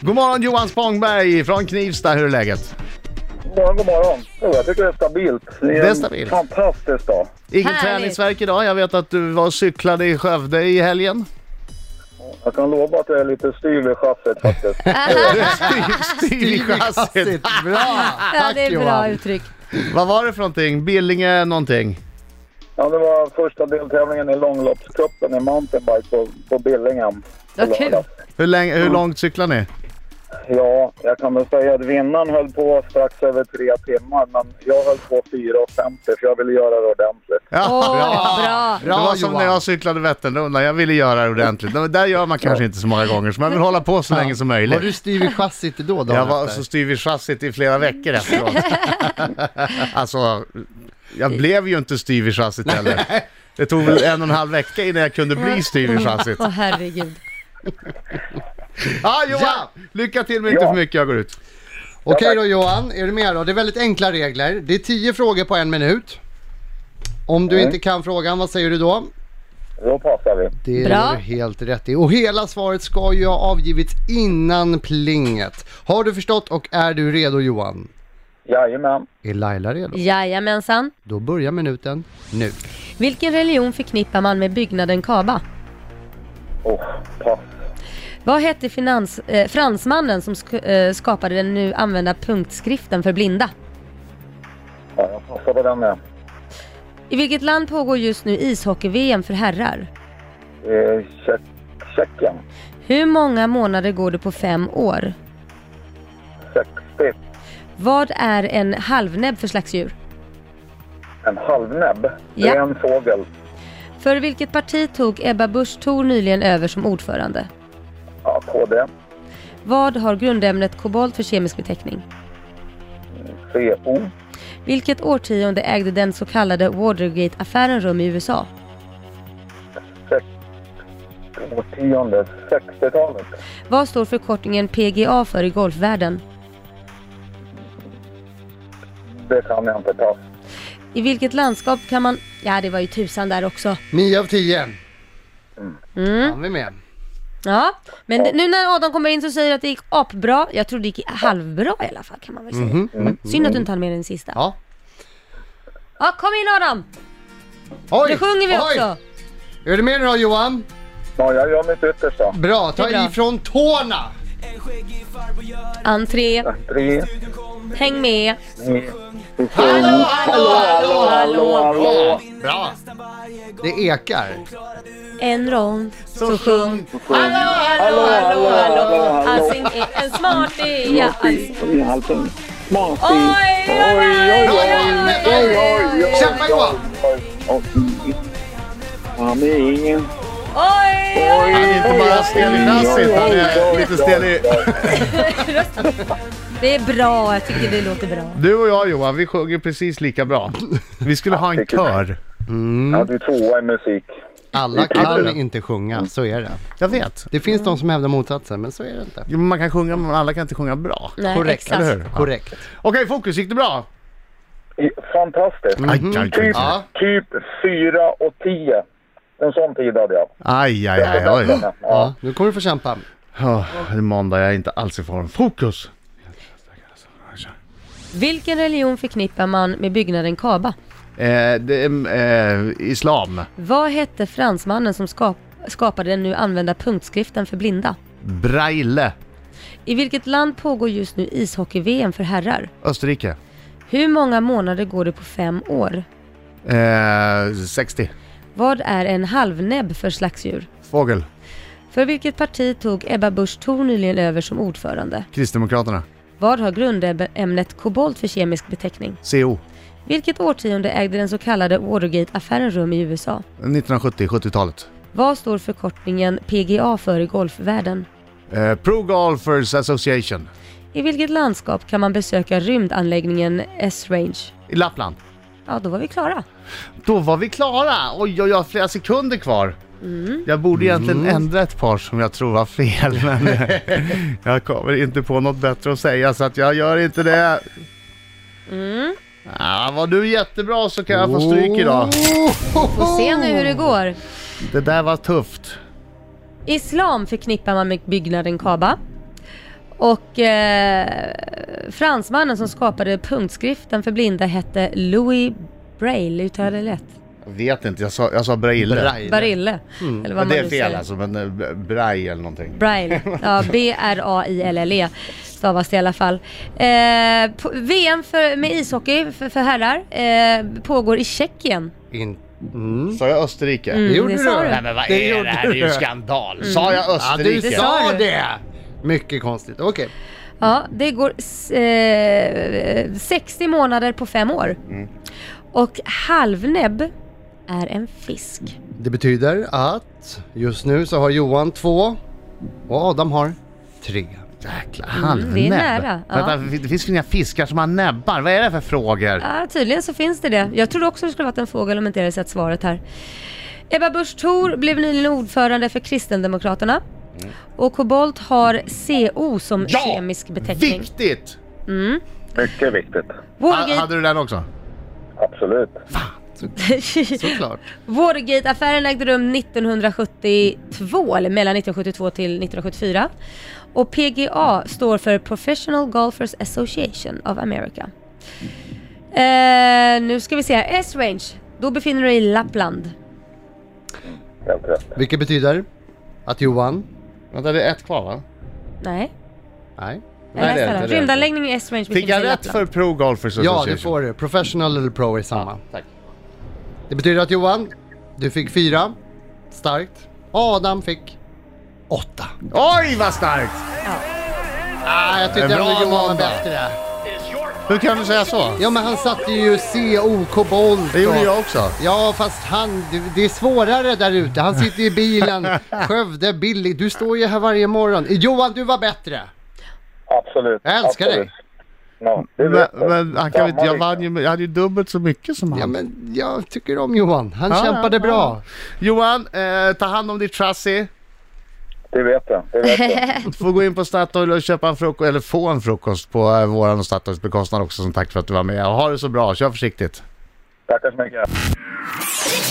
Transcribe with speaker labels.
Speaker 1: God morgon Johan Spångberg från Knivsta, hur är läget?
Speaker 2: God morgon, god morgon. Oh, jag tycker det är stabilt.
Speaker 1: Det är stabilt.
Speaker 2: En fantastisk dag.
Speaker 1: Ingen
Speaker 3: Härligt.
Speaker 1: träningsverk idag. Jag vet att du var och cyklade i Skövde i helgen.
Speaker 2: Jag kan lova att jag är lite styv i chassit faktiskt.
Speaker 1: Styv i chassit.
Speaker 4: Bra!
Speaker 3: Ja, det är bra
Speaker 4: Johan.
Speaker 3: uttryck.
Speaker 1: Vad var det för någonting? Billinge någonting?
Speaker 2: Ja, det var första deltävlingen i långloppscupen i mountainbike på, på Billingen.
Speaker 3: Vad kul.
Speaker 2: Lördag.
Speaker 1: Hur, länge, hur långt cyklar ni?
Speaker 2: Ja, jag kan väl säga att vinnaren höll på strax över tre timmar, men jag höll på 4.50 för jag ville göra det ordentligt.
Speaker 1: Ja,
Speaker 3: Åh, bra.
Speaker 1: Det var
Speaker 4: Bra
Speaker 1: som när jag
Speaker 4: Johan!
Speaker 1: cyklade Vätternrundan, jag ville göra det ordentligt. Men Där gör man kanske inte så många gånger, så man vill hålla på så länge som
Speaker 4: Var du
Speaker 1: möjligt.
Speaker 4: styv i chassit då? dagen
Speaker 1: Jag var
Speaker 4: efter?
Speaker 1: så styv i chassit i flera veckor efteråt. alltså, jag blev ju inte styv i chassit heller. Det tog väl en och en halv vecka innan jag kunde bli styv i chassit.
Speaker 3: Åh herregud.
Speaker 1: Ja, Johan! Lycka till men inte
Speaker 2: Ja.
Speaker 1: för mycket, jag går ut.
Speaker 4: Okej då Johan, är du med då? Det är väldigt enkla regler. Det är tio frågor på en minut. Om du
Speaker 2: Mm.
Speaker 4: inte kan frågan, vad säger du då?
Speaker 2: Då passar vi.
Speaker 4: Det
Speaker 3: Bra.
Speaker 4: är du helt rätt i. Och hela svaret ska ju ha avgivits innan plinget. Har du förstått och är du redo Johan?
Speaker 2: Jajamän.
Speaker 4: Är Laila redo?
Speaker 3: Jajamensan.
Speaker 4: Då börjar minuten nu.
Speaker 3: Vilken religion förknippar man med byggnaden Kaba?
Speaker 2: Oh, pass.
Speaker 3: Vad hette finans, eh, fransmannen som sk- eh, skapade den nu använda punktskriften för blinda?
Speaker 2: Ja, jag passar på den med.
Speaker 3: I vilket land pågår just nu ishockey-VM för herrar?
Speaker 2: Eh, check, checken.
Speaker 3: Hur många månader går det på fem år?
Speaker 2: 60.
Speaker 3: Vad är en halvnäbb för slags djur?
Speaker 2: En halvnäbb.
Speaker 3: Ja.
Speaker 2: Det är en fågel.
Speaker 3: För vilket parti tog Ebba Busch Thor nyligen över som ordförande?
Speaker 2: Ja, KD.
Speaker 3: Vad har grundämnet kobolt för kemisk beteckning?
Speaker 2: CO.
Speaker 3: Vilket årtionde ägde den så kallade Watergate-affären rum i USA?
Speaker 2: Årtionde. 60-talet.
Speaker 3: Vad står förkortningen PGA för i golfvärlden?
Speaker 2: Det kan jag inte ta.
Speaker 3: I vilket landskap kan man... Ja, det var ju tusan där också.
Speaker 4: Nio av tio. Mm. Kan vi med.
Speaker 3: Ja, men det- nu när Adam kommer in så säger du att det gick apbra. Jag tror det gick halvbra i alla fall kan man väl säga. Mm. Synd att du inte hann med den sista. Ja.
Speaker 4: Ja.
Speaker 3: kom in Adam!
Speaker 4: Oj!
Speaker 3: Nu sjunger vi
Speaker 4: oj.
Speaker 3: också.
Speaker 4: Är du med nu då Johan?
Speaker 2: Ja, jag gör mitt yttersta.
Speaker 4: Bra,
Speaker 3: Det
Speaker 4: ta
Speaker 3: är bra.
Speaker 4: ifrån tårna!
Speaker 3: Entré,
Speaker 2: Tre,
Speaker 3: häng med.
Speaker 2: nio, hallå, hallå, hallå, hallå, hallå.
Speaker 4: Bra! Det ekar.
Speaker 3: En rond, så sjung.
Speaker 2: Hallå, hallå, hallå, hallå.
Speaker 3: Allsing är en smarting, ja allsing.
Speaker 2: Oj, allting. Oj,
Speaker 3: Oj, oj,
Speaker 2: oj, oj, oj, oj, oj, oj.
Speaker 4: Kämpa, Johan.
Speaker 2: Oj, oj. Han är ingen...
Speaker 3: Oj,
Speaker 2: Oj,
Speaker 1: Han är inte bara stel i chassit, han är lite stel i...
Speaker 3: Det är bra, jag tycker det låter bra.
Speaker 1: Du och jag Johan, vi sjunger precis lika bra. Vi skulle ha en kör.
Speaker 2: Ja, du är tvåa i musik.
Speaker 4: Alla kan inte sjunga, så är det.
Speaker 1: Jag vet.
Speaker 4: Det finns
Speaker 3: Mm.
Speaker 4: de som hävdar motsatsen, men så är det inte.
Speaker 1: Jo, men Man kan sjunga, men alla kan inte sjunga bra.
Speaker 3: Nej,
Speaker 4: Korrekt,
Speaker 3: exakt.
Speaker 1: eller hur?
Speaker 4: Korrekt.
Speaker 1: Okej, Fokus, gick det bra?
Speaker 2: Fantastiskt.
Speaker 1: Aj, aj, aj.
Speaker 2: Typ, typ 4 och 10. En sån tid hade jag.
Speaker 1: Aj, aj, aj, oj.
Speaker 4: Ja, nu kommer du få kämpa.
Speaker 1: Oh, det är måndag, jag är inte alls i form. Fokus!
Speaker 3: Vilken religion förknippar man med byggnaden Kaba?
Speaker 1: Eh, det är eh, islam.
Speaker 3: Vad hette fransmannen som skap skapade den nu använda punktskriften för blinda?
Speaker 1: Braille.
Speaker 3: I vilket land pågår just nu ishockey-VM för herrar?
Speaker 1: Österrike.
Speaker 3: Hur många månader går det på fem år?
Speaker 1: Eh, 60.
Speaker 3: Vad är en halvnäbb för slags djur?
Speaker 1: Fågel.
Speaker 3: För vilket parti tog Ebba Busch Thor nyligen över som ordförande?
Speaker 1: Kristdemokraterna.
Speaker 3: Vad har grundämnet kobolt för kemisk beteckning?
Speaker 1: CO.
Speaker 3: Vilket årtionde ägde den så kallade Watergate-affären rum i USA?
Speaker 1: 1970, 70-talet.
Speaker 3: Vad står förkortningen PGA för i golfvärlden?
Speaker 1: Eh, Pro Golfers Association.
Speaker 3: I vilket landskap kan man besöka rymdanläggningen S-Range?
Speaker 1: I Lappland.
Speaker 3: Ja, då var vi klara.
Speaker 1: Då var vi klara! Oj, oj, oj, flera sekunder kvar.
Speaker 4: Mm.
Speaker 1: Jag borde egentligen ändra ett par som jag tror var fel, men eh, jag kommer inte på något bättre att säga så att jag gör inte det.
Speaker 4: Mm.
Speaker 1: Ah, var du jättebra så kan jag få stryk
Speaker 4: Oh.
Speaker 1: idag.
Speaker 3: Får se nu hur det går.
Speaker 1: Det där var tufft.
Speaker 3: Islam förknippar man med byggnaden Kaba. Och eh, fransmannen som skapade punktskriften för blinda hette Louis Braille, uttalade det rätt?
Speaker 1: Jag vet inte, jag sa, jag sa braille.
Speaker 3: Barille. Eller vad
Speaker 1: Men det
Speaker 3: man
Speaker 1: är
Speaker 3: nu
Speaker 1: fel
Speaker 3: säger.
Speaker 1: alltså, men eh, b- braille eller någonting.
Speaker 3: Braille. Ja, B-R-A-I-L-L-E E. stavas det i alla fall. Eh, på, VM för, med ishockey för, för herrar eh, pågår i Tjeckien.
Speaker 4: In... Mm.
Speaker 1: Sa jag Österrike?
Speaker 4: Det gjorde
Speaker 3: det
Speaker 4: du.
Speaker 3: sa du.
Speaker 1: Nej men vad
Speaker 4: Det
Speaker 1: är
Speaker 4: gjorde
Speaker 1: det här? Det är ju
Speaker 4: du. Mm.
Speaker 1: skandal. Sa jag
Speaker 4: Ja, du
Speaker 1: Österrike?
Speaker 3: Det sa
Speaker 4: sa
Speaker 3: du.
Speaker 4: det! Mycket konstigt. Okej.
Speaker 3: Ja, det går s- eh, 60 månader på fem år. Och halvnäbb är en fisk.
Speaker 4: Det betyder att just nu så har Johan två och Adam har tre.
Speaker 1: Jäkla
Speaker 3: Mm, det är
Speaker 1: halvnäbb.
Speaker 3: nära, ja.
Speaker 1: Vänta, det finns ju inga fiskar som har näbbar. Vad är det för frågor?
Speaker 3: Ja, tydligen så finns det det. Jag trodde också det skulle varit en fågel om inte jag hade sett svaret här. Ebba Busch Thor blev nyligen ordförande för Kristdemokraterna. Och kobolt har CO som kemisk beteckning.
Speaker 1: Viktigt!
Speaker 2: Mycket viktigt.
Speaker 1: Ha,
Speaker 3: Watergate-
Speaker 1: hade du den också?
Speaker 2: Absolut.
Speaker 1: ah,
Speaker 4: Såklart.
Speaker 3: Watergate-affären ägde rum 1972, eller mellan 1972 till 1974. Och PGA står för Professional Golfers Association of America. Eh, nu ska vi se här. S-Range, då befinner du dig i Lappland.
Speaker 2: Helt rätt.
Speaker 4: Vilket betyder att Johan...
Speaker 1: Vänta, det är ett kvar va?
Speaker 3: Nej, jag
Speaker 4: Nej.
Speaker 1: Nej, det är
Speaker 3: läste
Speaker 1: inte,
Speaker 3: alla.
Speaker 1: det är
Speaker 3: Rymdanläggningen i S-Range
Speaker 1: Fick
Speaker 3: befinner
Speaker 1: jag
Speaker 3: sig i
Speaker 1: rätt för
Speaker 3: Lappland.
Speaker 1: Pro Golfers
Speaker 4: Ja,
Speaker 1: Association?
Speaker 4: du får det. Professional eller pro är samma.
Speaker 1: Tack.
Speaker 4: Det betyder att Johan, du fick fyra. Starkt. Adam fick åtta.
Speaker 1: Oj, vad starkt!
Speaker 4: Ah, jag tyckte
Speaker 1: Det är bra
Speaker 4: ändå Johan var
Speaker 1: måndag.
Speaker 4: bättre.
Speaker 1: Hur kan du säga så?
Speaker 4: Ja, men han satte ju CO kobolt
Speaker 1: Det gjorde
Speaker 4: och-
Speaker 1: jag också.
Speaker 4: Ja, fast han, det- det är svårare där ute. Han sitter i bilen, Skövde, billig. Du står ju här varje morgon. Johan, du var bättre!
Speaker 2: Absolut.
Speaker 4: Jag älskar
Speaker 2: Absolut.
Speaker 4: dig.
Speaker 2: Ja, det
Speaker 1: Men,
Speaker 2: vet jag.
Speaker 1: men han kan väl inte, jag,
Speaker 2: Gammal
Speaker 1: vann ju, jag hade ju dubbelt så mycket som han.
Speaker 4: Ja, men jag tycker om Johan. Han
Speaker 1: Mm. Ja,
Speaker 4: kämpade
Speaker 1: ja,
Speaker 4: bra.
Speaker 1: Johan, eh, ta hand om ditt chassi.
Speaker 2: Det vet jag. Det vet jag.
Speaker 1: Du får gå in på Statoil och köpa en frukost, eller få en frukost på eh, våran och Statoils bekostnad också som tack för att du var med. Och ha det så bra, kör försiktigt.
Speaker 2: Tackar så mycket.
Speaker 5: Riks